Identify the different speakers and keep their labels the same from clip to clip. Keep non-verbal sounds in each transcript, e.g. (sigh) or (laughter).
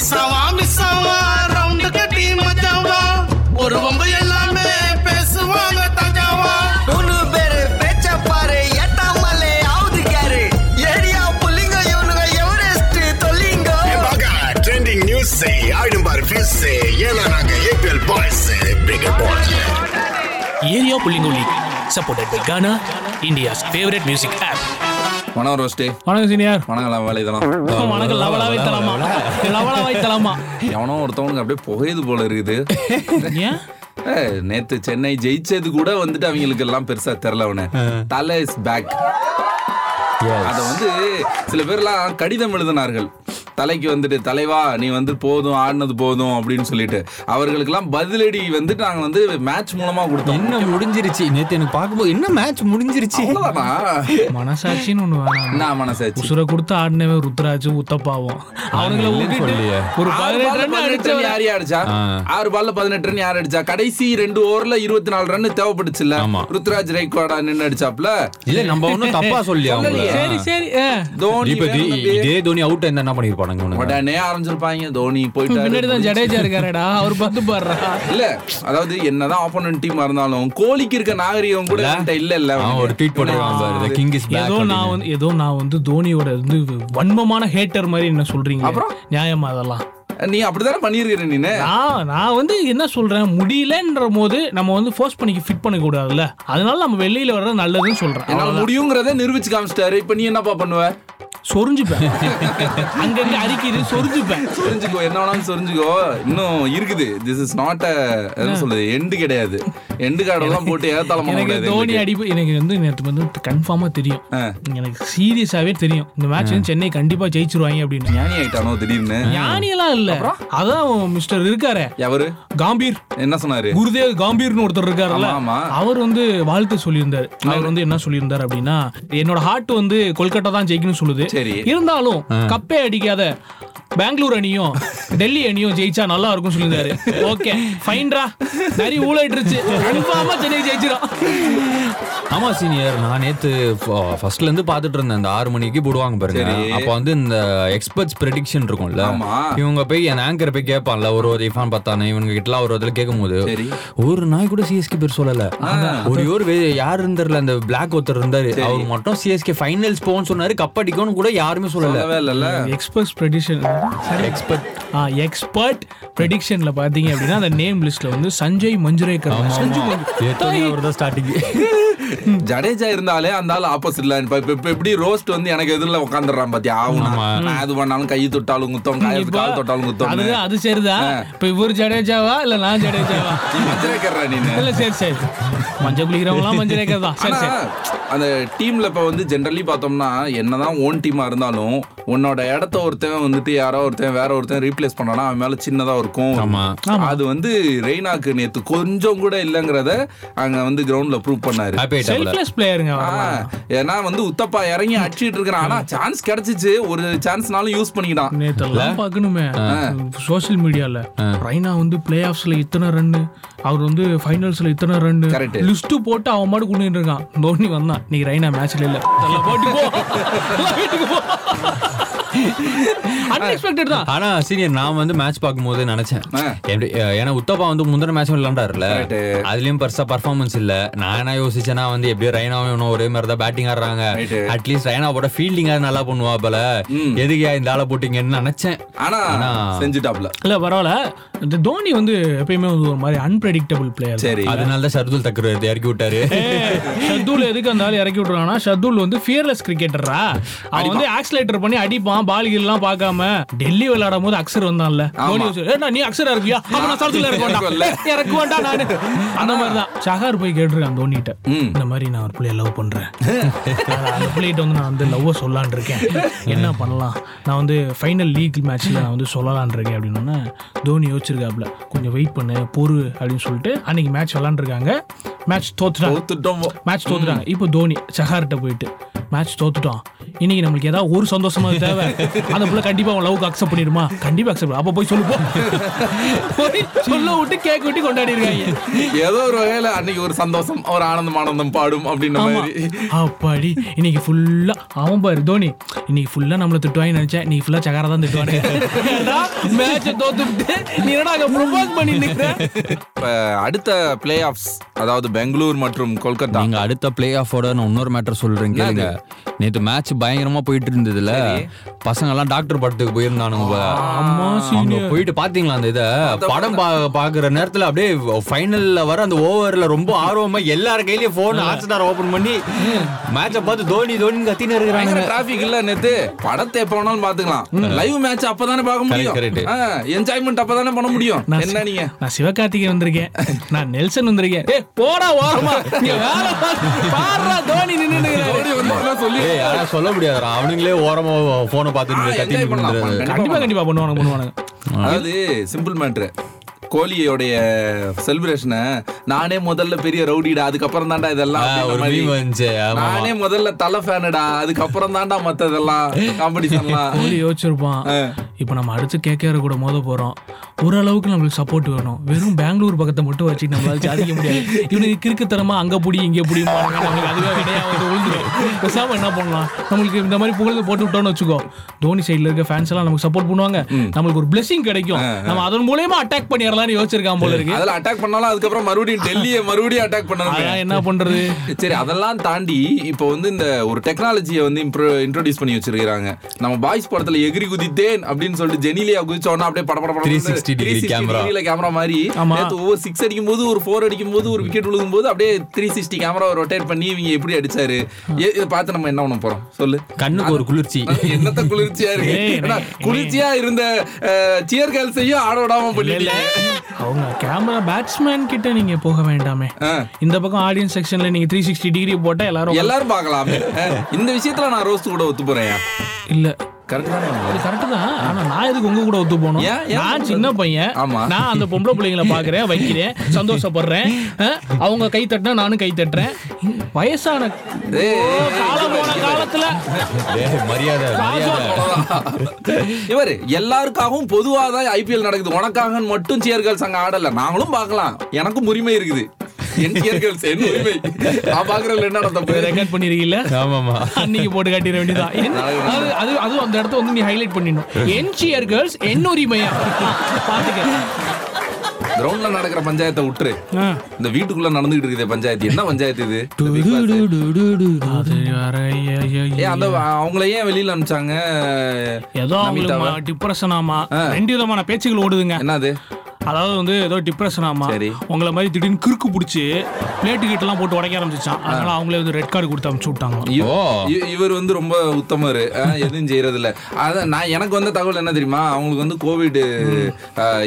Speaker 1: இசாவா மிஸ்ஸாவா ரவுண்டு கட்டி மச்சாவா ஒரு வம்பு எல்லாமே பேசுவாங்க தாஜாவா
Speaker 2: மூணு பேரு பேச்ச பாரு எட்டாமலே ஆவுது கேரு ஏரியா புள்ளிங்க இவனுங்க எவரெஸ்ட் தொல்லிங்க
Speaker 3: ட்ரெண்டிங் நியூஸ் ஆயிடும் பாரு ஃபியூஸ் ஏன்னா நாங்க APL boys figure boys
Speaker 4: area புள்ளிங்குள்ளி supported by Gaana India's favourite music app
Speaker 5: வணக்கம் ரோஸ்டே
Speaker 4: வணக்கம் சீனியர்
Speaker 5: வணங்கலாம் வேலை இதெல்லாம்
Speaker 4: வணக்கம் லவலாவை தலாமா லவலாவை தலாமா
Speaker 5: எவனோ ஒருத்தவனுக்கு அப்படியே புகையுது போல இருக்குது
Speaker 4: ஏன்
Speaker 5: ஏய், நேத்து சென்னை ஜெயிச்சது கூட வந்துட்டு அவங்களுக்கு எல்லாம் பெருசா தெரியல அவனு தலை இஸ் பேக் அத வந்து சில பேர்லாம் கடிதம் எழுதினார்கள் தலைக்கு வந்துட்டு தலைவா நீ வந்து போதும் ஆடினது போதும் அப்படின்னு சொல்லிட்டு அவர்களுக்கெல்லாம் பதிலடி வந்துட்டு நாங்க வந்து மேட்ச் மூலமா கொடுத்தோம்
Speaker 6: என்ன முடிஞ்சிருச்சு நேத்து எனக்கு பார்க்கும்போது என்ன மேட்ச் முடிஞ்சிருச்சு
Speaker 5: அவ்வளவுதானா
Speaker 4: மனசாட்சின்னு ஒண்ணு வேணாம்
Speaker 5: என்ன மனசாச்சு
Speaker 4: உசுரை கொடுத்து ஆடினவே ருத்ராஜும் உத்தப்பாவும் அவங்கள
Speaker 6: இல்லைன்னு
Speaker 4: விட்டுட்டு
Speaker 6: சொல்லலையே.
Speaker 4: ஒரு
Speaker 5: ஆறு
Speaker 4: பதினெட்டு ரன் அடிச்சு
Speaker 5: பால்ல பதினெட்டு ரன் யார் அடிச்சா
Speaker 6: ஆ.
Speaker 5: ஆறு பால்ல பதினெட்டு ரன் யார் அடிச்சா கடைசி ரெண்டு ஓவர்ல இருபத்தி நாலு ரன் தேவைப்பட்டுச்சுல்ல
Speaker 6: ஆமா.
Speaker 5: ருத்ராஜ் ரெய்கோடா நின்னு அடிச்சாப்ல
Speaker 6: இல்ல நம்ம ஒண்ணும் தப்பா சொல்லி அவங்க
Speaker 4: சரி சரி ஆ.
Speaker 5: தோனி
Speaker 6: இப்ப
Speaker 5: வேணும்
Speaker 6: தி-
Speaker 5: தம்பி.
Speaker 6: இதே தோனி அவுட் இருந்தா என்ன பண்ணிருப்பானுங்க இவனுங்க?
Speaker 5: உடனே ஆரம்பிச்சிருப்பாங்க தோனி
Speaker 4: பின்னாடி தான்
Speaker 5: போயிட்டாரு
Speaker 4: ஜடேஜா இருக்காரடா அவர் பார்த்து பாடுறா
Speaker 5: இல்ல அதாவது என்னதான் ஆப்போனன்ட் டீமா இருந்தாலும் கோலிக்கு இருக்க நாகரிகம் கூட
Speaker 6: இல்ல?
Speaker 5: அவன்கிட்ட இல்ல இல்ல
Speaker 6: அவன் ஒரு ட்வீட் போட்டுருக்கான் பாரு the king is back
Speaker 4: ஏதோ நான்
Speaker 6: அப்படின்னு.
Speaker 4: வந்து ஏதோ நான் வந்து தோனியோட வந்து வன்மமான ஹேட்டர் மாதிரி என்ன சொல்றீங்க நியாயமா அதெல்லாம்
Speaker 5: நீ அப்படித்தானே பண்ணிருக்கிற நீனு
Speaker 4: நான் நான் வந்து என்ன சொல்றேன் முடியலன்ற போது நம்ம வந்து ஃபோர்ஸ் பண்ணி ஃபிட் பண்ண கூடாதுல்ல அதனால நம்ம வெளியில வர்றது நல்லதுன்னு சொல்றேன்
Speaker 5: என்னால
Speaker 4: அவ்வளவுதான்.
Speaker 5: முடியுங்கிறத நிரூபிச்சு காமிச்சிட்டாரு இப்ப நீ என்னப்பா பண்ணுவ
Speaker 4: சொரிஞ்சுப்பேன் அங்கங்க அறிக்கிறது சொரிஞ்சுப்பேன்
Speaker 5: சொரிஞ்சுக்கோ என்ன வேணாலும் சொரிஞ்சுக்கோ இன்னும் இருக்குது திஸ் இஸ் நாட் என்ன சொல்றது எண்டு கிடையாது எண்டு கார்டெல்லாம் போட்டு ஏத்தாளம் பண்ண
Speaker 4: எனக்கு
Speaker 5: முடியாது
Speaker 4: தோனி
Speaker 5: எங்களுக்கு.
Speaker 4: அடிப்பு எனக்கு வந்து நேற்று வந்து கன்ஃபார்மா தெரியும்
Speaker 5: ஆ.
Speaker 4: எனக்கு சீரியஸாவே தெரியும் இந்த மேட்ச் வந்து சென்னை கண்டிப்பா ஜெயிச்சிருவாங்க அப்படின்னு
Speaker 5: ஞானி ஆயிட்டானோ திடீர்னு
Speaker 4: ஞானியெல்லாம் இல்ல அதான் மிஸ்டர் இருக்காரே
Speaker 5: எவரு
Speaker 4: காம்பீர்
Speaker 5: என்ன சொன்னாரு
Speaker 4: குருதேவ் காம்பீர்னு ஒருத்தர் இருக்காருல்ல
Speaker 5: ஆமா, ஆமா.
Speaker 4: அவர் வந்து வாழ்த்து சொல்லியிருந்தார் அவர் வந்து என்ன சொல்லியிருந்தார் அப்படின்னா என்னோட ஹார்ட் வந்து கொல்கட்டா தான் ஜெயிக்கணும்னு சொல்லுது
Speaker 5: சரி.
Speaker 4: இருந்தாலும் கப்பே அடிக்காத பெங்களூர் அணியும் டெல்லி அணியும் ஜெயிச்சா நல்லா இருக்கும் சொல்லியிருந்தாரு ஓகே ஃபைன்டா நிறைய ஊழலிட்டுருச்சு கன்ஃபார்மா சென்னை ஜெயிச்சிடும்
Speaker 6: ஆமா சீனியர் நான் நேத்து ஃப- ஃபர்ஸ்ட்ல இருந்து பாத்துட்டு இருந்தேன் அந்த ஆறு மணிக்கு போடுவாங்க பாருங்க
Speaker 5: சரி.
Speaker 6: அப்ப வந்து இந்த எக்ஸ்பர்ட்ஸ் ப்ரெடிக்ஷன் இருக்கும்ல
Speaker 5: ஆமா.
Speaker 6: இவங்க போய் என் ஆங்கர் போய் கேட்பான்ல ஒரு ஒரு இஃபான் பார்த்தானே இவங்க கிட்டலாம் ஒரு இதுல கேட்கும்போது
Speaker 5: சரி.
Speaker 6: ஒரு நாய் கூட சிஎஸ்கே பேர் சொல்லல ஒரு ஒரு வே- யார் இருந்தார்ல அந்த பிளாக் ஒருத்தர் இருந்தாரு அவர் மட்டும் சிஎஸ்கே ஃபைனல்ஸ் போன்னு சொன்னாரு கப் அடிக்கும்னு கூட யாருமே சொல்லல
Speaker 5: சொல்லவே இல்லல்ல
Speaker 4: எக்ஸ்பர்ட் ப்ரெடிஷன்
Speaker 6: எக்ஸ்பர்ட்
Speaker 4: ஆ எக்ஸ்பர்ட் ப்ரெடிக்ஷன்ல பாத்தீங்க அப்படின்னா அந்த நேம் லிஸ்ட்ல வந்து சஞ்சய் மஞ்சுரேக்கர் சஞ்சு மஞ்சுரேக்கர்
Speaker 6: அவர் தான் ஸ்டார்டிங்
Speaker 5: ஜடேஜா இருந்தாலே அந்த ஆள் ஆப்போசிட்ல இப்ப இப்ப- இப்ப எப்படி ரோஸ்ட் வந்து எனக்கு எதிரில் உட்காந்துடுறான் பாத்தியா ஆகும்
Speaker 6: ஆமா.
Speaker 5: நான் இது பண்ணாலும் கை தொட்டாலும் குத்தம் காய்
Speaker 4: இப்ப
Speaker 5: கால் தொட்டாலும் குத்தம்
Speaker 4: அதுதான் அது சரிதான் இப்ப இவர் ஜடேஜாவா இல்ல நான் ஜடேஜாவா
Speaker 5: வச்சிருக்கிறா நீனு
Speaker 4: இல்ல சரி சரி மஞ்சள் குளிக்கிறவங்களாம் மஞ்சள் ரேகை தான் சரி
Speaker 5: ஆனா
Speaker 4: சரி
Speaker 5: அந்த டீம்ல இப்ப வந்து ஜென்ரலி பார்த்தோம்னா என்னதான் ஓன் டீமா இருந்தாலும் உன்னோட இடத்த ஒருத்தன் வந்துட்டு யாரோ ஒருத்தன் வேற ஒருத்தன் ரீப்ளேஸ் பண்ணானா அவன் மேல சின்னதா இருக்கும்
Speaker 6: ஆமா.
Speaker 5: அது வந்து ரெய்னாக்கு நேத்து கொஞ்சம் கூட இல்லங்கறத அங்க வந்து கிரவுண்ட்ல ப்ரூவ் பண்ணாரு
Speaker 6: ஹாப்பி ஆயிட்டாப்ல
Speaker 4: செல்ஃப்லெஸ் பிளேயருங்க
Speaker 5: ஆ, ஏன்னா வந்து உத்தப்பா இறங்கி அடிச்சிட்டு இருக்கிறான் ஆனா சான்ஸ் கிடைச்சிச்சு ஒரு சான்ஸ்னாலும் யூஸ் பண்ணிக்கிட்டான்
Speaker 4: நேத்தெல்லாம் பார்க்கணுமே சோஷியல் மீடியால ரைனா வந்து பிளே ஆஃப்ஸ்ல இத்தனை ரன் அவர் வந்து ஃபைனல்ஸ்ல இத்தனை ரன்
Speaker 5: Correct.
Speaker 4: லிஸ்ட் போட்டு அவன் மாடு கொண்டு இருக்கான் தோனி வந்தான் நீ ரைனா மேட்ச்ல இல்ல இதெல்லாம் போட்டு போ எல்லாம் வீட்டுக்கு போ அன்எக்ஸ்பெக்டட் தான்
Speaker 6: ஆனா சீனியர் நான் வந்து மேட்ச் பார்க்கும்போது நினைச்சேன்
Speaker 5: ஆ.
Speaker 6: எப்படி- அஹ் ஏன்னா உத்தப்பா வந்து முந்தின மேட்சும் விளையாண்டாருல
Speaker 5: Correct.
Speaker 6: அதுலயும் பெருசா பர்ஃபார்மன்ஸ் இல்ல நான் என்ன யோசிச்சேன்னா வந்து எப்படியோ ரைனாவும் இவனும் ஒரே மாதிரி தான் பேட்டிங் ஆடுறாங்க
Speaker 5: Right.
Speaker 6: அட்லீஸ்ட் ரைனா போட ஃபீல்டிங் நல்லா பண்ணுவா போல எதுக்கு இந்த ஆளை போட்டீங்கன்னு நினைச்சேன்
Speaker 5: ஆனா செஞ்சுட்டாப்ல
Speaker 4: இல்ல பரவாயில்ல இந்த தோனி வந்து எப்பயுமே வந்து ஒரு மாதிரி அன்பிரடிக்டபிள் பிளேயர்
Speaker 5: சரி
Speaker 6: அதனால தான் சர்துல் தக்கர் இறக்கி விட்டாரு
Speaker 4: ஷர்துல் எதுக்கு அந்த ஆள் இறக்கி விட்டுருக்கானா ஷர்துல் வந்து ஃபியர்லெஸ் கிரிக்கெட்டரா அவன் வந்து ஆக்சிலேட்டர் பண்ணி அடிப்பான் பால் எல்லாம் பார்க்காம டெல்லி விளையாடும் போது அக்ஸர் வந்தான்ல தோனி வச்சு, "ஏய், நான் நீ அக்ஸரா இருக்கியா அப்ப நான் சர்துல்
Speaker 5: இருக்கும்ல.
Speaker 4: இறக்குவேன்டா இறக்குவேன்டா நான் அந்த மாதிரி தான் ஷஹார் போய் கேட்டிருக்கான் தோனிட்ட இந்த மாதிரி நான் ஒரு பிள்ளைய லவ் பண்றேன் நான் அந்த பிள்ளைகிட்ட வந்து நான் வந்து லவ்வை சொல்லலான் இருக்கேன் என்ன பண்ணலாம் நான் வந்து ஃபைனல் லீக் மேட்ச்ல நான் வந்து சொல்லலான் இருக்கேன் அப்படின்னா தோனி யோசிச்சிருக்காப்ல கொஞ்சம் வெயிட் பண்ணு பொறு அப்படின்னு சொல்லிட்டு அன்னைக்கு மேட்ச் விளாண்டுருக்காங்க மேட்ச் தோத்துட்டாங்க
Speaker 5: ஒத்துட்டோம்
Speaker 4: மேட்ச் தோத்துட்டாங்க இப்போ தோனி சஹார்கிட்ட போயிட்டு மேட்ச் தோத்துட்டோம் இன்னைக்கு நம்மளுக்கு ஏதாவது ஒரு சந்தோஷமா தேவை அந்த புள்ள கண்டிப்பா அவன் லவ்க்கு அக்செப்ட் பண்ணிடுமா கண்டிப்பா அக்செப்ட் அப்ப போய் சொல்லு போ. போய் சொல்ல விட்டு கேக் விட்டு கொண்டாடி இருக்காங்க
Speaker 5: ஏதோ ஒரு வகையில அன்னைக்கு ஒரு சந்தோஷம் ஒரு ஆனந்தம் ஆனந்தம் பாடும் அப்படின்ற
Speaker 4: ஆமா.
Speaker 5: மாதிரி
Speaker 4: அப்பாடி இன்னைக்கு ஃபுல்லா அவன் பாரு தோனி இன்னைக்கு ஃபுல்லா நம்மள திட்டுவாங்க நினைச்சேன் நீ ஃபுல்லா சகாரா தான் திட்டுவாங்க மேட்ச தோத்துட்டு நீ என்னடா அங்க ப்ரொபோஸ் பண்ணி நிக்கிற
Speaker 5: இப்ப அடுத்த பிளே ஆஃப்ஸ் அதாவது பெங்களூர் மற்றும் கொல்கத்தா
Speaker 6: நீங்க அடுத்த பிளே ஆஃபோட நான் இன்னொரு மேட்டர் சொல்றேன் கேளுங்க நேத்து மேட்ச் பயங்கரமா போயிட்டு இருந்ததுல பசங்க எல்லாம் டாக்டர் படத்துக்கு போயிருந்தானுங்க
Speaker 4: ஆமா,
Speaker 6: அவங்க போயிட்டு பாத்தீங்களா அந்த இத படம் பா- பாக்குற நேரத்துல அப்படியே ஃபைனல்ல வர அந்த ஓவர்ல ரொம்ப ஆர்வமா எல்லார் கையிலயும் போன் ஹாட் ஸ்டார் ஓபன் பண்ணி மேட்ச பார்த்து தோனி தோனி கத்தின்னு இருக்கிறாங்க
Speaker 5: டிராபிக் இல்ல நேத்து படத்தை எப்ப வேணாலும் பாத்துக்கலாம் லைவ் மேட்ச் அப்பதானே பார்க்க
Speaker 6: correct.
Speaker 5: முடியும் என்ஜாய்மெண்ட் அப்பதானே பண்ண முடியும்
Speaker 4: நான்
Speaker 5: என்ன நீங்க
Speaker 4: நான் சிவகார்த்திகேயன் வந்திருக்கேன் நான் நெல்சன் வந்திருக்கேன் ஏய் போடா ஓரமா இங்க வேலை பாரு. பாருடா தோனி நின்னுட்டு
Speaker 5: ஓடி வந்து என்ன சொல்லி
Speaker 6: ஏய் ஆனா சொல்ல முடியாதுடா அவனுங்களே ஓரமா போனை
Speaker 5: ஆ,
Speaker 6: பார்த்து
Speaker 5: enjoy
Speaker 6: கத்தின்னு
Speaker 5: பண்ணலாம்.
Speaker 6: இருந்திருக்காங்க.
Speaker 4: கண்டிப்பா கண்டிப்பா பண்ணுவானுங்க பண்ணுவானுங்க
Speaker 5: அதாவது சிம்பிள் மேட்ரு கோலியோடைய செலிப்ரேஷனை நானே முதல்ல பெரிய ரவுடிடா அதுக்கப்புறம் தான்டா இதெல்லாம்
Speaker 6: ஆ,
Speaker 5: அப்படின்ற
Speaker 6: ஒரு
Speaker 5: மாதிரி.
Speaker 6: meme வந்துச்சு, ஆமா, ஆமா.
Speaker 5: நானே முதல்ல தலை ஃபேனுடா அதுக்கப்புறம் தான்டா மத்ததெல்லாம்
Speaker 6: (laughs)
Speaker 5: காம்படிஷன்லாம்
Speaker 4: கோலி யோசிச்சிருப்பான் இப்போ நம்ம அடுத்து கேகேஆர் கூட மோத போறோம் ஓரளவுக்கு நம்மளுக்கு சப்போர்ட் வேணும் வெறும் பெங்களூர் பக்கத்தை மட்டும் வச்சு நம்மளால சாதிக்க முடியாது இவனுக்கு கிறுக்குத்தனமா அங்க புடி இங்க புடி நம்மளுக்கு அதுவே கிடையாது உழுந்துடும் பேசாம என்ன பண்ணலாம் நம்மளுக்கு இந்த மாதிரி புகழ்ந்து போட்டு விட்டோம்னு வச்சுக்கோ தோனி சைடுல இருக்க ஃபேன்ஸ் எல்லாம் நமக்கு சப்போர்ட் பண்ணுவாங்க நம்மளுக்கு ஒரு பிளெஸிங் கிடைக்கும் நம்ம அதன் மூலயமா அட்டாக் பண்ணிடலாம்னு யோசிச்சிருக்கான் போல இருக்கு
Speaker 5: அதுல அட்டாக் பண்ணாலும் அதுக்கப்புறம் மறுபடியும் டெல்லியை மறுபடியும் அட்டாக் பண்ணணுமே
Speaker 4: அதான் என்ன பண்றது
Speaker 5: சரி அதெல்லாம் தாண்டி இப்போ வந்து இந்த ஒரு டெக்னாலஜியை வந்து இன்ட்ரோடியூஸ் பண்ணி வச்சிருக்காங்க நம்ம பாய்ஸ் படத்துல எகிரி குதித்தேன் அப்படின்னு சொல்லிட்டு ஜெனிலியா குதிச்சோன்னா அப்படியே பட பட பட
Speaker 6: 360 degree camera.
Speaker 5: கேமரா மாதிரி
Speaker 4: ஆமா.
Speaker 5: நேத்து ஒவ்வொரு சிக்ஸ் அடிக்கும் போது ஒரு ஃபோர் அடிக்கும் போது ஒரு விக்கெட் விழுகும் போது அப்படியே த்ரீ சிக்ஸ்டி கேமரா ரொட்டேட் பண்ணி இவங்க எப்படி அடிச்சாரு ஏ- இதை பார்த்து நம்ம என்ன பண்ண போறோம் சொல்லு
Speaker 6: கண்ணுக்கு ஒரு குளிர்ச்சி
Speaker 5: என்னத்த குளிர்ச்சியா இருக்கு
Speaker 4: ஏய்,
Speaker 5: ஏன்னா, குளிர்ச்சியா இருந்த சியர் கேர்ள்ஸையும் ஆட விடாம
Speaker 4: இல்ல,
Speaker 5: பண்ணிட்டு
Speaker 4: அவங்க கேமரா பேட்ஸ்மேன் கிட்ட நீங்க போக வேண்டாமே இந்த பக்கம் ஆடியன்ஸ் செக்ஷன்ல நீங்க த்ரீ சிக்ஸ்டி டிகிரி போட்டா எல்லாரும்
Speaker 5: எல்லாரும் பார்க்கலாமே அஹ், இந்த விஷயத்துல நான் ரோஸ்ட் கூட ஒத்து போறேன்
Speaker 4: இல்ல
Speaker 5: கரெக்ட் தானே
Speaker 4: கரெக்ட் தான் ஆனா நான் எதுக்கு உங்க கூட ஒத்து போகணும்
Speaker 5: ஏன்? ஏன்
Speaker 4: நான் சின்ன பையன்
Speaker 5: ஆமா.
Speaker 4: நான் அந்த பொம்பளை பிள்ளைங்களை பாக்குறேன் வைக்கிறேன் சந்தோஷப்படுறேன் அஹ், அவங்க கை தட்டினா நானும் கை தட்டுறேன் வயசான
Speaker 5: ஏய்,
Speaker 4: ஓ,
Speaker 5: ஏய்,
Speaker 4: காலம் போன காலத்துல
Speaker 6: டேய், மரியாதை மரியாதை
Speaker 5: இவரு எல்லாருக்காகவும் பொதுவா தான் ஐபிஎல் நடக்குது உனக்காக மட்டும் சேர்கல் சங்க ஆடல நாங்களும் பார்க்கலாம் எனக்கும் உரிமை இருக்குது என் சேர்கல்ஸ் என் உரிமை நான் பாக்குறதுல என்ன தப்பு
Speaker 4: ரெக்கார்ட் பண்ணிருக்கீல
Speaker 6: ஆமாமா
Speaker 4: அன்னைக்கு போட்டு காட்டிட
Speaker 5: (laughs)
Speaker 4: வேண்டியதான் என்ன- அது அது அதுவும் அந்த இடத்த வந்து நீ ஹைலைட் பண்ணிடணும் என்சிஆர் கேர்ள்ஸ் என்
Speaker 5: (laughs)
Speaker 4: உரிமையா பாத்துக்க
Speaker 5: கிரவுண்ட்ல நடக்கிற பஞ்சாயத்தை விட்டுரு
Speaker 4: ஆ.
Speaker 5: இந்த வீட்டுக்குள்ள நடந்துகிட்டு இருக்குது பஞ்சாயத்து என்ன பஞ்சாயத்து இது
Speaker 4: அது வேற, ஐயா, ஐயா,
Speaker 5: ஏ
Speaker 4: ஐயா.
Speaker 5: அந்த அவங்கள ஏன் வெளியில அனுப்பிச்சாங்க
Speaker 4: ஏதோ அவங்களுக்கு டிப்ரெஷன் ஆமா ரெண்டு விதமான பேச்சுகள் ஓடுதுங்க
Speaker 5: என்னது
Speaker 4: அதாவது வந்து ஏதோ டிப்ரெஷன் ஆமா
Speaker 5: சரி.
Speaker 4: உங்களை மாதிரி திடீர்னு கிறுக்கு பிடிச்சி பிளேட்டு கிட்டலாம் போட்டு உடைக்க ஆரம்பிச்சிச்சான் அதனால அவங்களே வந்து ரெட் கார்டு கொடுத்து அமுச்சு விட்டாங்க
Speaker 5: இவ-
Speaker 6: ஓ.
Speaker 5: இ- இவர் வந்து ரொம்ப உத்தமர் அஹ், எதுவும் செய்யறது இல்ல அதான் நான் எனக்கு வந்த தகவல் என்ன தெரியுமா அவங்களுக்கு வந்து கோவிட்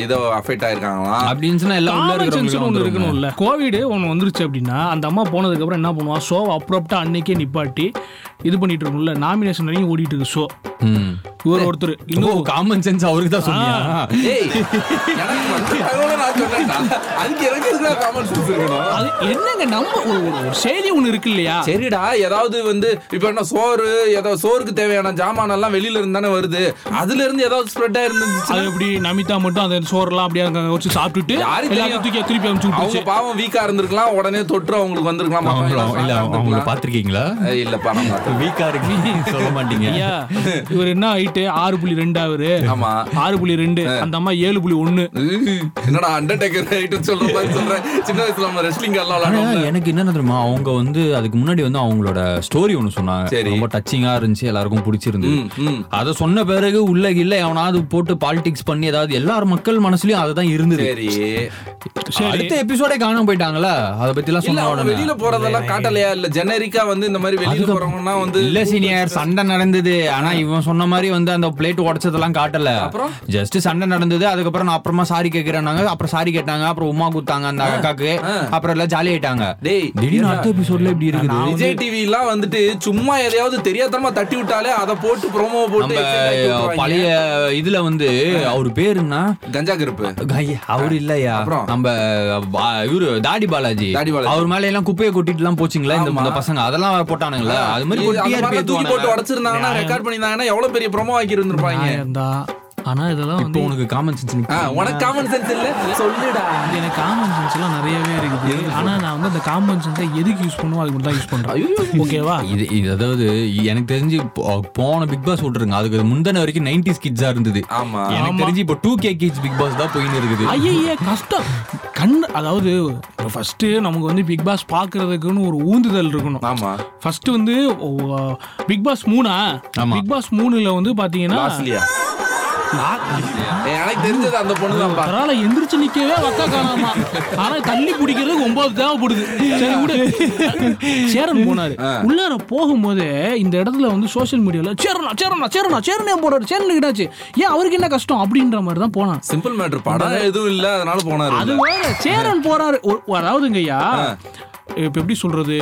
Speaker 5: இதோ அஃபெக்ட் ஆயிருக்காங்களாம்
Speaker 6: அப்படின்னு சொன்னா எல்லாம் உள்ள
Speaker 4: காமன் சென்ஸ்
Speaker 6: இருக்கிறவங்க
Speaker 4: ஒன்று இருக்கணும்ல கோவிடு ஒன்று வந்துருச்சு அப்படின்னா அந்த அம்மா போனதுக்கு அப்புறம் என்ன பண்ணுவா ஷோ அப்ரப்டா அன்னைக்கே நிப்பாட்டி இது பண்ணிட்டு இருக்கும்ல நாமினேஷன் வரையும் ஓடிட்டு இருக்கு ஷோ இவர் ஒருத்தர் இன்னும்
Speaker 6: காமன் சென்ஸ் அவருக்கு தான் சொன்னியா
Speaker 5: ஏய் எனக்கு வந்த தகவலை நான் சொல்றேன்டா. அதுக்கு எனக்கு எதுக்குடா common sense இருக்கணும்?
Speaker 4: அது என்னங்க நம்ம ஒரு ஒரு- ஒரு செய்தி ஒன்று இருக்கு இல்லையா
Speaker 5: சரிடா ஏதாவது வந்து இப்ப என்ன சோறு ஏதோ சோறுக்கு தேவையான ஜாமான் எல்லாம் வெளியில இருந்து தானே வருது அதுல இருந்து ஏதாவது ஸ்ப்ரெட் ஆயிருந்துச்சு
Speaker 4: அது எப்படி நமிதா மட்டும் அந்த சோறெல்லாம் அப்படியே அங்க வச்சு சாப்பிட்டுட்டு
Speaker 5: யாருக்கு தெரியும்?
Speaker 4: எல்லாத்தையும் தூக்கி தூக்கி அனுப்பிச்சு
Speaker 5: அவங்க
Speaker 4: விட்டுருச்சு
Speaker 5: பாவம் வீக்கா இருந்திருக்கலாம் உடனே தொற்று அவங்களுக்கு வந்திருக்கலாம் பாவம்
Speaker 6: அவங்கள-
Speaker 5: எல்லாம் strong
Speaker 6: இல்ல
Speaker 5: ஆ
Speaker 6: அவங்கள
Speaker 5: இருந்திருக்கலாம்.
Speaker 6: பாத்திருக்கீங்களா
Speaker 5: ஏய், இல்லப்பா நான் பார்த்தேன்.
Speaker 6: வீக்கா இருக்கு (laughs) சொல்ல
Speaker 5: (laughs)
Speaker 6: மாட்டீங்க
Speaker 4: ஐயா இவர் என்ன ஹைட்டு ஆறு புள்ளி ரெண்டு அவரு
Speaker 5: ஆமா.
Speaker 4: ஆறு புள்ளி ரெண்டு அந்த அம்மா ஏழு புள்ளி ஒண்ணு
Speaker 5: ஏய், என்னடா அண்டர்டேக்கர் ரைட்டு சொல்ற மாதிரி சொல்றேன் சின்ன வயசுல நம்ம ரெஸ்லிங் எல்லாம்
Speaker 6: ஆனா
Speaker 5: விளையாடுவோம்
Speaker 6: எனக்கு என்ன தெரியுமா அவங்க வந்து அதுக்கு முன்னாடி வந்து அவங்களோட ஸ்டோரி ஒண்ணு சொன்னாங்க
Speaker 5: சரி.
Speaker 6: ரொம்ப டச்சிங்கா இருந்துச்சு எல்லாருக்கும் பிடிச்சிருந்தது அத சொன்ன பிறகு உள்ள இல்ல எவனாவது போட்டு பாலிடிக்ஸ் பண்ணி ஏதாவது எல்லார் மக்கள் மனசுலயும் அதுதான் இருந்தது
Speaker 5: சரி
Speaker 6: அடுத்த எபிசோடே காணாம போயிட்டாங்களா அத பத்தி எல்லாம்
Speaker 5: இல்ல
Speaker 6: சொன்ன
Speaker 5: அவங்க
Speaker 6: உடனே
Speaker 5: வெளியில போறதெல்லாம் காட்டலையா இல்ல ஜெனரிக்கா வந்து இந்த மாதிரி வெளியில போறவங்கன்னா வந்து
Speaker 6: இல்ல சீனியர் சண்டை நடந்தது ஆனா இவன் சொன்ன மாதிரி வந்து அந்த பிளேட் உடைச்சதெல்லாம் காட்டல ஜஸ்ட் சண்டை நடந்தது அதுக்கப்புறம் நான் அப்புறமா சாரி கேட்க கேக்குறாங்க அப்புறம் சாரி கேட்டாங்க அப்புறம் உமா குத்தாங்க அந்த அக்காக்கு
Speaker 5: ஆ.
Speaker 6: அப்புறம் எல்லாம் ஜாலி ஆயிட்டாங்க
Speaker 5: டேய்,
Speaker 6: திடீர்னு அடுத்த எபிசோட்ல இப்படி
Speaker 5: நான்
Speaker 6: இருக்குது
Speaker 5: விஜய் டிவி எல்லாம் வந்துட்டு சும்மா எதையாவது தெரியாதனமா தட்டி விட்டாலே அதை போட்டு ப்ரோமோ போட்டு
Speaker 6: நம்ம
Speaker 5: excite ஆக்கி விட்டுருவாங்க.
Speaker 6: பழைய இதுல வந்து அவர் பேருன்னா
Speaker 5: கஞ்சா கருப்பு
Speaker 6: ஐயா, அவர் இல்லையா
Speaker 5: அப்புறம்?
Speaker 6: நம்ம பா- இவரு தாடி பாலாஜி
Speaker 5: தாடி பாலாஜி.
Speaker 6: அவர் மேல எல்லாம் குப்பையை கொட்டிட்டு எல்லாம் போச்சுங்களா இந்த
Speaker 5: ஆமா.
Speaker 6: இந்த பசங்க அதெல்லாம் வேற போட்டானுங்களா அது மாதிரி ஒரு
Speaker 5: இது அந்த
Speaker 6: TRP
Speaker 5: மாதிரிலாம் தூக்கி போட்டு
Speaker 6: ஏத்துவானுங்க.
Speaker 5: உடச்சிருந்தாங்கன்னா ரெக்கார்ட் பண்ணியிருந்தாங்கன்னா எவ்வளவு பெரிய ப்ரோமோ ஆக்கி இருந்திருப்பாங்க
Speaker 4: நியாயம் தான். ஆனா இதெல்லாம்
Speaker 6: இப்போ
Speaker 4: வந்து
Speaker 6: உனக்கு காமன்
Speaker 5: ஆ,
Speaker 6: சென்ஸ்
Speaker 5: உனக்கு காமன் சென்ஸ் இல்ல சொல்லுடா
Speaker 4: இது எனக்கு காமன் சென்ஸ் எல்லாம் நிறையவே இருக்குது ஆனா நான் வந்து அந்த காமன் சென்ஸை எதுக்கு யூஸ் பண்ணுவோம் அதுக்கு மட்டும் தான் யூஸ் பண்றேன் ஓகேவா
Speaker 6: இது இது அதாவது எனக்கு தெரிஞ்சு போ- போன பிக் பாஸ் விட்டுருங்க அதுக்கு முந்தின வரைக்கும் நைன்டி ஸ்கிட்ஸா இருந்தது
Speaker 5: ஆமா.
Speaker 6: எனக்கு தெரிஞ்சு இப்போ two K kids Bigg Boss தான் போயின்னு இருக்குது
Speaker 4: ஐயய்ய கஷ்டம் கண் அதாவது ஃபர்ஸ்ட் நமக்கு வந்து பிக் பாஸ் பாக்குறதுக்குன்னு ஒரு ஊந்துதல் இருக்கணும்
Speaker 5: ஆமா
Speaker 4: ஃபர்ஸ்ட் வந்து பிக் பாஸ் மூணா
Speaker 6: ஆமா.
Speaker 4: பிக் பாஸ் மூணுல வந்து பாத்தீங்கன்னா
Speaker 5: லாஸ்ட்லியா எனக்கு தெரிஞ்சது அந்த பொண்ணு தான்ப்பா
Speaker 4: அதனால எந்திரிச்சு நிக்கவே வக்கா காணாமா ஆனா தள்ளி பிடிக்கிறதுக்கு ஒன்பது தேவைப்படுது சரி விடு சேரன் போனாரு உள்ளார போகும்போது இந்த இடத்துல வந்து சோஷியல் மீடியால சேரனா சேரனா சேரனா சேரனே போறாரு சேரனுக்கு என்னாச்சு ஏன் அவருக்கு என்ன கஷ்டம் அப்படின்ற மாதிரி தான் போனான்
Speaker 5: சிம்பிள் மேட்டர் படம் எதுவும் இல்ல அதனால போனாரு
Speaker 4: அது வேற சேரன் போறாரு ஒரு- அதாவதுங்கய்யா இப்ப எப்படி சொல்றது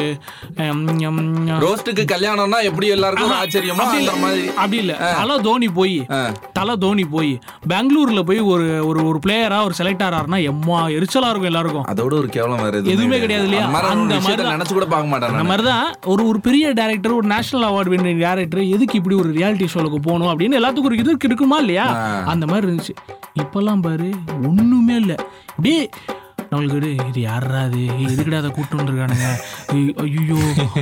Speaker 4: எம், எம், எம்,
Speaker 5: ரோஸ்டுக்கு கல்யாணம்னா எப்படி எல்லாருக்கும் ஒரு ஆச்சரியமோ
Speaker 4: அப்படி
Speaker 5: அந்த
Speaker 4: இல்ல.
Speaker 5: மாதிரி
Speaker 4: அப்படி இல்ல தல தோனி போய் தல தோனி போய் பெங்களூர்ல போய் ஒரு ஒரு ஒரு பிளேயரா ஒரு செலக்ட் ஆறாருன்னா எம்மா எரிச்சலா இருக்கும் எல்லாருக்கும்
Speaker 5: அதோட ஒரு கேவலம் வேற
Speaker 4: எதுவுமே கிடையாது இல்லையா?
Speaker 5: அந்த மாதிரி
Speaker 4: அந்த
Speaker 5: ஒரு விஷயத்தை
Speaker 4: மாதிரிதான்.
Speaker 5: நினைச்சு கூட பார்க்க மாட்டேன்
Speaker 4: அந்த
Speaker 5: நானு.
Speaker 4: மாதிரி தான் ஒரு ஒரு பெரிய டேரக்டர் ஒரு நேஷனல் அவார்டு வின் டேரக்டர் எதுக்கு இப்படி ஒரு ரியாலிட்டி ஷோலுக்கு போகணும் அப்படின்னு எல்லாத்துக்கும் ஒரு இது இருக்குமா இல்லையா அந்த மாதிரி இருந்துச்சு இப்பெல்லாம் பாரு ஒண்ணுமே இல்லை அப்படியே நம்மளுக்கு இது- இது யாரா அது எதுக்கடா அதை கூட்டு வந்துருக்கானுங்க ஐ- ஐயோ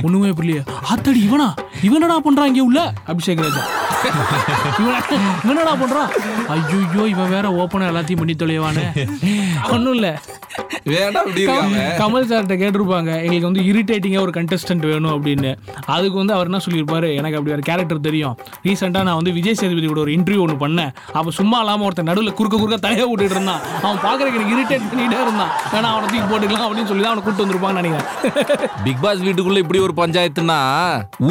Speaker 4: ஒண்ணுமே புரியலையே ஆத்தாடி இவனா இவனடா பண்றான் இங்க உள்ள அபிஷேக் ராஜா இவன- இவனடா பண்றான் ஐயோ இவன் வேற ஓப்பனா எல்லாத்தையும் பண்ணி தொலைவானே ஒன்றும் இல்லை
Speaker 5: வேண்டாம் இப்படி இருக்காங்க
Speaker 4: கம்- கமல் சார்கிட்ட கேட்டிருப்பாங்க எங்களுக்கு வந்து இரிட்டேட்டிங்காக ஒரு கண்டெஸ்டன்ட் வேணும் அப்படின்னு அதுக்கு வந்து அவர் என்ன சொல்லியிருப்பாரு எனக்கு அப்படி ஒரு கேரக்டர் தெரியும் ரீசெண்டாக நான் வந்து விஜய் சேதுபதி கூட ஒரு இன்டர்வியூ ஒன்று பண்ணேன் அப்போ சும்மா இல்லாமல் ஒருத்தன் நடுவில் குறுக்க குறுக்க தலையை விட்டுட்டு இருந்தான் அவன் பார்க்கறதுக்கு எனக்கு இரிட்டேட் பண்ணிகிட்டே இருந்தான் வேணா அவனை தூக்கி போட்டுக்கலாம் அப்படின்னு சொல்லி தான் அவனை கூட்டு வந்திருப்பாங்கன்னு நினைக்கிறேன்
Speaker 5: பிக் பாஸ் வீட்டுக்குள்ள இப்படி ஒரு பஞ்சாயத்துனா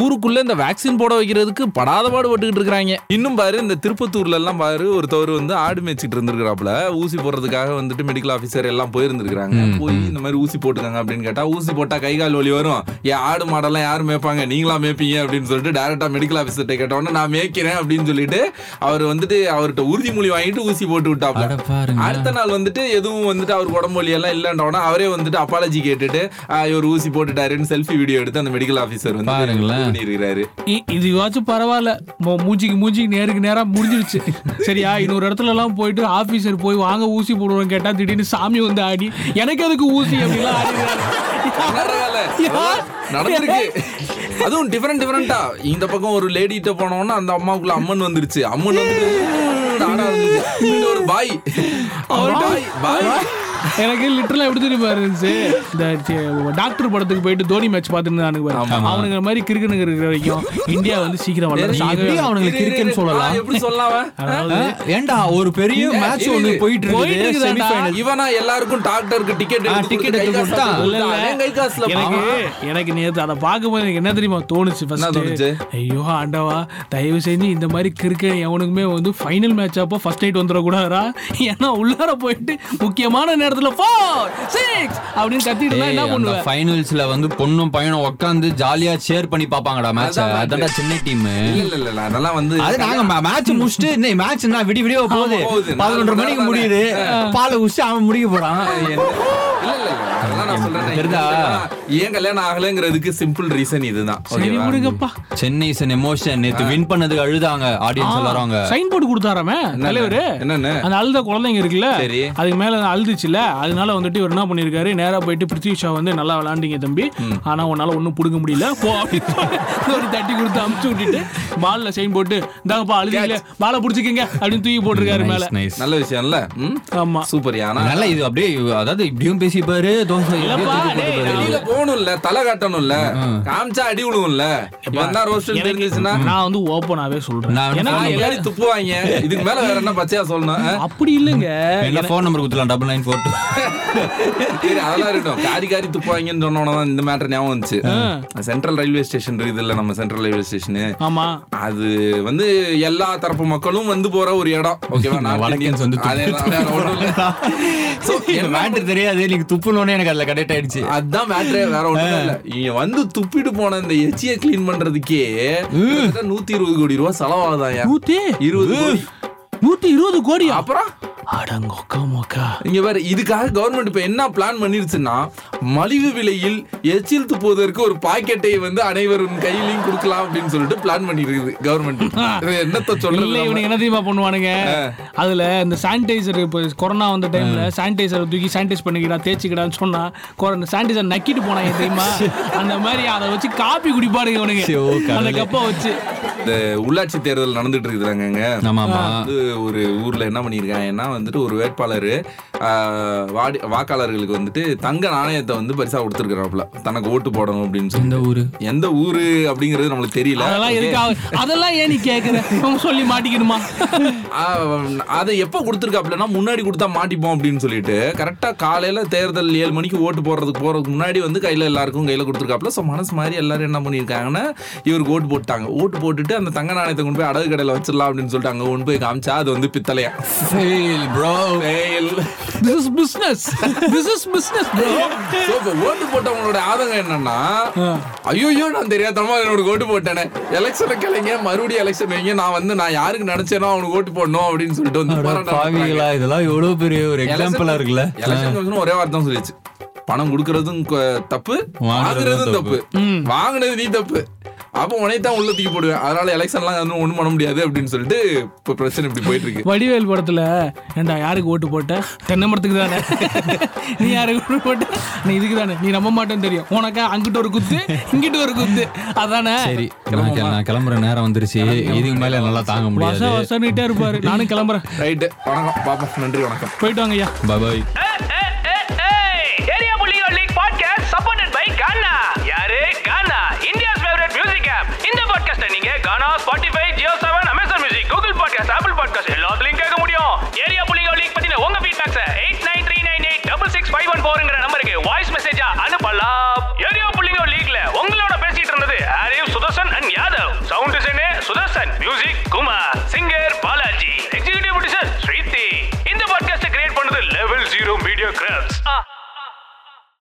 Speaker 5: ஊருக்குள்ள இந்த வேக்சின் போட வைக்கிறதுக்கு படாத பாடு போட்டுக்கிட்டு இருக்காங்க இன்னும் பாரு இந்த திருப்பத்தூர்ல எல்லாம் பாரு ஒருத்தவர் வந்து ஆடு மேய்ச்சிட்டு இருந்திருக்கிறாப்புல ஊசி போடுறதுக்காக வந்துட்டு மெடிக்கல் ஆஃபீஸர் எல்லாம் போயிருந்திருக்காங்க போய் இந்த மாதிரி ஊசி போட்டுக்காங்க அப்படின்னு கேட்டா ஊசி போட்டா கை கால் வலி வரும் ஏன் ஆடு மாடெல்லாம் யார் மேய்ப்பாங்க நீங்களா மேய்ப்பீங்க அப்படின்னு சொல்லிட்டு டேரக்டா மெடிக்கல் ஆஃபீஸர்கிட்ட கேட்டோன்னே நான் மேய்க்கிறேன் அப்படின்னு சொல்லிட்டு அவர் வந்துட்டு அவர்கிட்ட உறுதிமொழி வாங்கிட்டு ஊசி போட்டு விட்டாப்புல
Speaker 6: அட பாருங்க.
Speaker 5: அடுத்த நாள் வந்துட்டு எதுவும் வந்துட்டு அவருக்கு உடம்பு வலி எல்லாம் இல்லன்றவனா அவரே வந்துட்டு அப்பாலஜி கேட்டுட்டு "ஆ, இவர் ஊசி போட்டுட்டாருன்னு செல்ஃபி வீடியோ எடுத்து அந்த மெடிக்கல் ஆஃபீஸர் வந்து
Speaker 6: பாருங்களேன்.
Speaker 5: பண்ணிருக்காரு
Speaker 4: இ- இதுவாச்சும் பரவாயில்ல மு- மூஞ்சிக்கு மூஞ்சிக்கு நேருக்கு நேரா முடிஞ்சிருச்சு சரியா இன்னொரு இடத்துல எல்லாம் போயிட்டு ஆபீசர் போய் வாங்க ஊசி போடுவோம் கேட்டா திடீர்னு சாமி வந்து ஆடி எனக்கு எதுக்கு ஊசி அப்படிலாம் ஆடி
Speaker 5: நடந்திருக்கு அதுவும் டிஃபரெண்ட் டிஃபரெண்டா இந்த பக்கம் ஒரு லேடிட்ட போனோம்னா அந்த அம்மாவுக்குள்ள அம்மன் வந்துருச்சு அம்மன் வந்து ஒரு பாய் பாய் பாய்
Speaker 4: எனக்கு லிட்டரலா எப்படி தெரியுமா இருந்துச்சு இந்த சி- டாக்டர் படத்துக்கு போயிட்டு தோனி மேட்ச் பார்த்துட்டு இருந்தானுங்க பாரு. அவனுங்க மாதிரி கிரிக்கெட்டுங்க இருக்கிற வரைக்கும் இந்தியா வந்து சீக்கிரம் வளரும் சாகவே
Speaker 6: எப்படியும் அவனுங்களை கிறுக்குன்னு சொல்லலாம்.
Speaker 5: எப்படி சொல்லலாம்
Speaker 4: அதாவது
Speaker 6: ஆ, ஏன்டா ஒரு பெரிய மேட்ச்
Speaker 5: இரு,
Speaker 6: ஒண்ணு
Speaker 5: இரு.
Speaker 6: போயிட்டு
Speaker 4: போயிட்டு
Speaker 6: இருக்குது
Speaker 4: இருக்குதாண்டா.
Speaker 6: semi-final.
Speaker 5: இவனா எல்லாருக்கும் டாக்டருக்கு டிக்கெட்
Speaker 6: ஆ, ticket எடுத்து கொடுத்தான்.
Speaker 4: இல்ல, இல்ல.
Speaker 5: கை காசுல
Speaker 4: எனக்கு எனக்கு நேத்து அதை பார்க்கும்போது எனக்கு என்ன தெரியுமா தோணுச்சு
Speaker 5: என்ன
Speaker 4: ஃபர்ஸ்ட்
Speaker 5: தோணுச்சு?
Speaker 4: ஐயோ ஆண்டவா தயவு செஞ்சு இந்த மாதிரி கிரிக்கெட் எவனுக்குமே வந்து ஃபைனல் மேட்ச் அப்போ ஃபர்ஸ்ட் நைட் வந்துடக்கூடாதா ஏன்னா உள்ளார போயிட்டு முக்கியமான நேரத்துல ஃபோர் சிக்ஸ் அப்படின்னு கத்திட்டு இருந்தா என்ன
Speaker 6: ஏய், அந்த
Speaker 4: பண்ணுவேன்
Speaker 6: ஃபைனல்ஸ்ல வந்து பொண்ணும் பையனும் உட்காந்து ஜாலியா ஷேர் பண்ணி பாப்பாங்கடா மேட்ச்
Speaker 5: அதான்
Speaker 6: அதான்டா சென்னை டீம்
Speaker 5: இல்ல இல்ல இல்ல அதெல்லாம் வந்து
Speaker 6: அது நாங்க மேட்ச் முடிச்சுட்டு இன்னைக்கு மேட்ச் என்ன விடி விடிய போகுது
Speaker 5: ஆமா, போகுது.
Speaker 6: பதினொன்று மணிக்கு
Speaker 5: நாலு மணி
Speaker 6: முடியுது பாலை குடிச்சு அவன் முடிக்க போறான்
Speaker 5: இல்ல இல்ல இல்ல அதெல்லாம் நான் சொல்றேன்
Speaker 6: தெரியுதா?
Speaker 5: ஏன் கல்யாணம் ஆகலங்கிறதுக்கு சிம்பிள் ரீசன் இதுதான்
Speaker 4: சரி
Speaker 5: ஓகேவா?
Speaker 4: விடுங்கப்பா
Speaker 6: சென்னை இஸ் அன் எமோஷன் நேத்து வின் பண்ணதுக்கு அழுதாங்க ஆடியன்ஸ் எல்லாரும்
Speaker 4: சைன் போர்டு கொடுத்தாராமே தலைவரு
Speaker 5: என்னன்னு?
Speaker 4: அந்த அழுத குழந்தைங்க இருக்குல்ல
Speaker 5: சரி.
Speaker 4: அதுக்கு மேல அழுதுச்சுல அதனால வந்துட்டு இவர் என்ன பண்ணிருக்காரு நேரா போயிட்டு பிருத்வி ஷா வந்து நல்லா விளாண்டீங்க தம்பி ஆனா உன்னால ஒண்ணும் புடுங்க முடியல போ அப்படின்னு சொல்லி ஒரு தட்டி கொடுத்து அமுச்சு விட்டுட்டு பால்ல சைன் போட்டு இந்தாங்கப்பா அழுதீங்களே பாலை புடிச்சுக்கங்க அப்படின்னு தூக்கி போட்டிருக்காரு மேல
Speaker 6: Nice, nice.
Speaker 5: நல்ல விஷயம்ல ம்?
Speaker 4: ஆமா
Speaker 5: சூப்பர் ஆனா
Speaker 6: நல்லா இது அப்படியே அதாவது இப்படியும் பேசிப்பாரு தோசை இப்படியும்
Speaker 4: இல்லப்பா,
Speaker 6: தூக்கி போட்டு
Speaker 4: டேய்,
Speaker 6: பாரு.
Speaker 5: வெளியில போகணும்ல தலை காட்டணும்ல காமிச்சா அடி விழுவும்ல இவன் தான் ரோஸ்டல்
Speaker 4: எனக்கு-
Speaker 5: தெரிஞ்சிச்சுன்னா
Speaker 4: நான் வந்து ஓப்பனாவே சொல்றேன்
Speaker 6: நான்
Speaker 4: ஏன்னா
Speaker 5: எல்லாரும் துப்புவாங்க இதுக்கு மேல வேற என்ன பச்சையா சொல்லணும் ஆ?
Speaker 4: அப்படி இல்லைங்க
Speaker 6: என்ன ஃபோன் நம்பர் குத்துலாம் டபுள் நைன் ஃபோர்
Speaker 5: சரி, அதெல்லாம் இருக்கட்டும் காரி காரி துப்பாங்கன்னு சொன்னோட தான் இந்த மேட்டர் ஞாபகம் வந்துச்சு சென்ட்ரல் ரயில்வே ஸ்டேஷன் இருக்குதுல்ல நம்ம சென்ட்ரல் ரயில்வே ஸ்டேஷனு
Speaker 4: ஆமா
Speaker 5: அது வந்து எல்லா தரப்பு மக்களும் வந்து போற ஒரு இடம் ஓகேவா நான்
Speaker 6: வடக்கன்ஸ் வந்து துப்பு.
Speaker 5: அதேதான், வேற ஒண்ணும் இல்ல. So, என்ன
Speaker 6: மேட்ரு தெரியாது நீங்க துப்புனோடனே எனக்கு அதுல கனெக்ட் ஆயிடுச்சு
Speaker 5: அதான் மேட்ரே வேற ஒண்ணும் இல்ல இங்க வந்து துப்பிட்டு போன இந்த எச்சிய க்ளீன் பண்றதுக்கே கிட்டத்தட்ட நூத்தி இருபது கோடி ரூபாய் செலவாகுதாயா
Speaker 4: நூத்தி
Speaker 5: இருபது கோடி.
Speaker 4: நூத்தி இருபது கோடியா
Speaker 5: அப்புறம்
Speaker 4: அடங்கொக்கா மொக்கா
Speaker 5: இங்க வேற இதுக்காக கவர்மெண்ட் இப்ப என்ன பிளான் பண்ணிருச்சுன்னா மலிவு விலையில் எச்சில் துப்புவதற்கு ஒரு பாக்கெட்டை வந்து அனைவரும் கையிலையும் கொடுக்கலாம் அப்படின்னு சொல்லிட்டு பிளான் பண்ணிருக்குது கவர்மெண்ட் என்னத்த
Speaker 4: இல்ல
Speaker 5: சொல்றது நம்ம?
Speaker 4: இவனுக்கு என்ன தெரியுமா பண்ணுவானுங்க அதுல இந்த சானிடைசர் இப்போ கொரோனா வந்த டைம்ல சானிடைசர் தூக்கி சானிடைஸ் பண்ணிக்கிடா தேய்ச்சிக்கிடான்னு சொன்னா சானிடைசர் நக்கிட்டு போனாங்க தெரியுமா அந்த மாதிரி அதை வச்சு காப்பி குடிப்பானுங்க
Speaker 6: ஐயோ,
Speaker 4: இவனுங்க அந்த
Speaker 6: கடவுளே.
Speaker 4: கப்பை வச்சு
Speaker 5: இந்த உள்ளாட்சி தேர்தல் நடந்துட்டு இருக்குதாங்க
Speaker 6: ஆமா ஆமா
Speaker 5: வந்து ஒரு ஊர்ல என்ன பண்ணிருக்காங்கன்னா வந்துட்டு ஒரு வேட்பாளர் வாடி வாக்காளர்களுக்கு வந்துட்டு தங்க நாணயத்தை வந்து பரிசா கொடுத்துருக்காப்ல தனக்கு ஓட்டு போடணும் அப்படின்னு சொல்லி
Speaker 6: இந்த ஊரு
Speaker 5: எந்த ஊரு அப்படிங்கிறது நம்மளுக்கு தெரியல
Speaker 4: அதெல்லாம் எதுக்காக அதெல்லாம் ஏன் நீ கேக்குற அவங்க சொல்லி மாட்டிக்கணுமா
Speaker 5: ஆஹ் அதை எப்போ கொடுத்துருக்காப்லன்னா முன்னாடி கொடுத்தா மாட்டிப்போம் அப்படின்னு சொல்லிட்டு கரெக்டாக காலையில் தேர்தல் ஏழு மணிக்கு ஓட்டு போடுறதுக்கு போகிறதுக்கு முன்னாடி வந்து கையில் எல்லாருக்கும் கையில் கொடுத்துருக்காப்ல ஸோ மனசு மாதிரி எல்லாரும் என்ன பண்ணியிருக்காங்கன்னா இவருக்கு ஓட்டு போட்டாங்க ஓட்டு போட்டுட்டு அந்த தங்க நாணயத்தை கொண்டு போய் அடகு கடையில் வச்சிடலாம் அப்படின்னு சொல்லிட்டு அங்கே கொண்டு போய் காமிச்சா அது வந்து பித்தளையா
Speaker 6: bro
Speaker 4: this is business this is business bro
Speaker 5: So, இப்ப ஓட்டு போட்டவங்களோட ஆதங்கம் என்னன்னா ஐயோ நான் தெரியாதமா என்னோட ஓட்டு போட்டேனே எலெக்ஷனை கிளைங்க மறுபடியும் எலெக்ஷன் வைங்க நான் வந்து நான் யாருக்கு நினைச்சேனோ அவனுக்கு ஓட்டு போடணும் அப்படின்னு சொல்லிட்டு வந்து போராட்டம் நடத்துறாங்க.
Speaker 6: பாவிங்களா இதெல்லாம் எவ்வளவு பெரிய ஒரு எக்ஸாம்பிளா இருக்குல்ல
Speaker 5: எலெக்ஷன் கமிஷன் ஒரே வார்த்தை தான் சொல்லிச்சு பணம் கொடுக்கறதும் கொ- தப்பு வாங்குறதும் தப்பு வாங்குனது நீ தப்பு அப்போ உனைய தான் உள்ள தூக்கி போடுவேன் அதனால எலெக்ஷன்லாம் வந்து ஒண்ணும் பண்ண முடியாது அப்படின்னு சொல்லிட்டு இப்போ பிரச்சனை இப்படி போயிட்டு இருக்கு
Speaker 4: (laughs) வடிவேல் படத்துல ஏன்டா யாருக்கு ஓட்டு போட்ட தென்னை மரத்துக்கு தானே நீ யாருக்கு ஓட்டு போட்ட நீ இதுக்கு தானே நீ நம்ப மாட்டேன்னு தெரியும் உனக்கா அங்கிட்ட ஒரு குத்து இங்கிட்ட ஒரு குத்து அதானே
Speaker 6: சரி நான் கிள- நான் கிளம்புற நேரம் வந்துருச்சு இதுக்கு மேல நல்லா தாங்க முடியாது
Speaker 4: வருஷம் வருஷம்னுட்டே இருப்பாரு நானும் கிளம்புறேன்
Speaker 5: ரைட்டு வணக்கம் பாப்பா நன்றி வணக்கம்
Speaker 4: போயிட்டு வாங்க ஐயா
Speaker 6: பாய் பாய்
Speaker 7: ஏரியா புள்ளியோ leak podcast supported by Gaana யாரு Gaana India's favourite music app இந்த பாட்காஸ்ட்டை நீங்க கானா ஸ்பாட்டிஃபை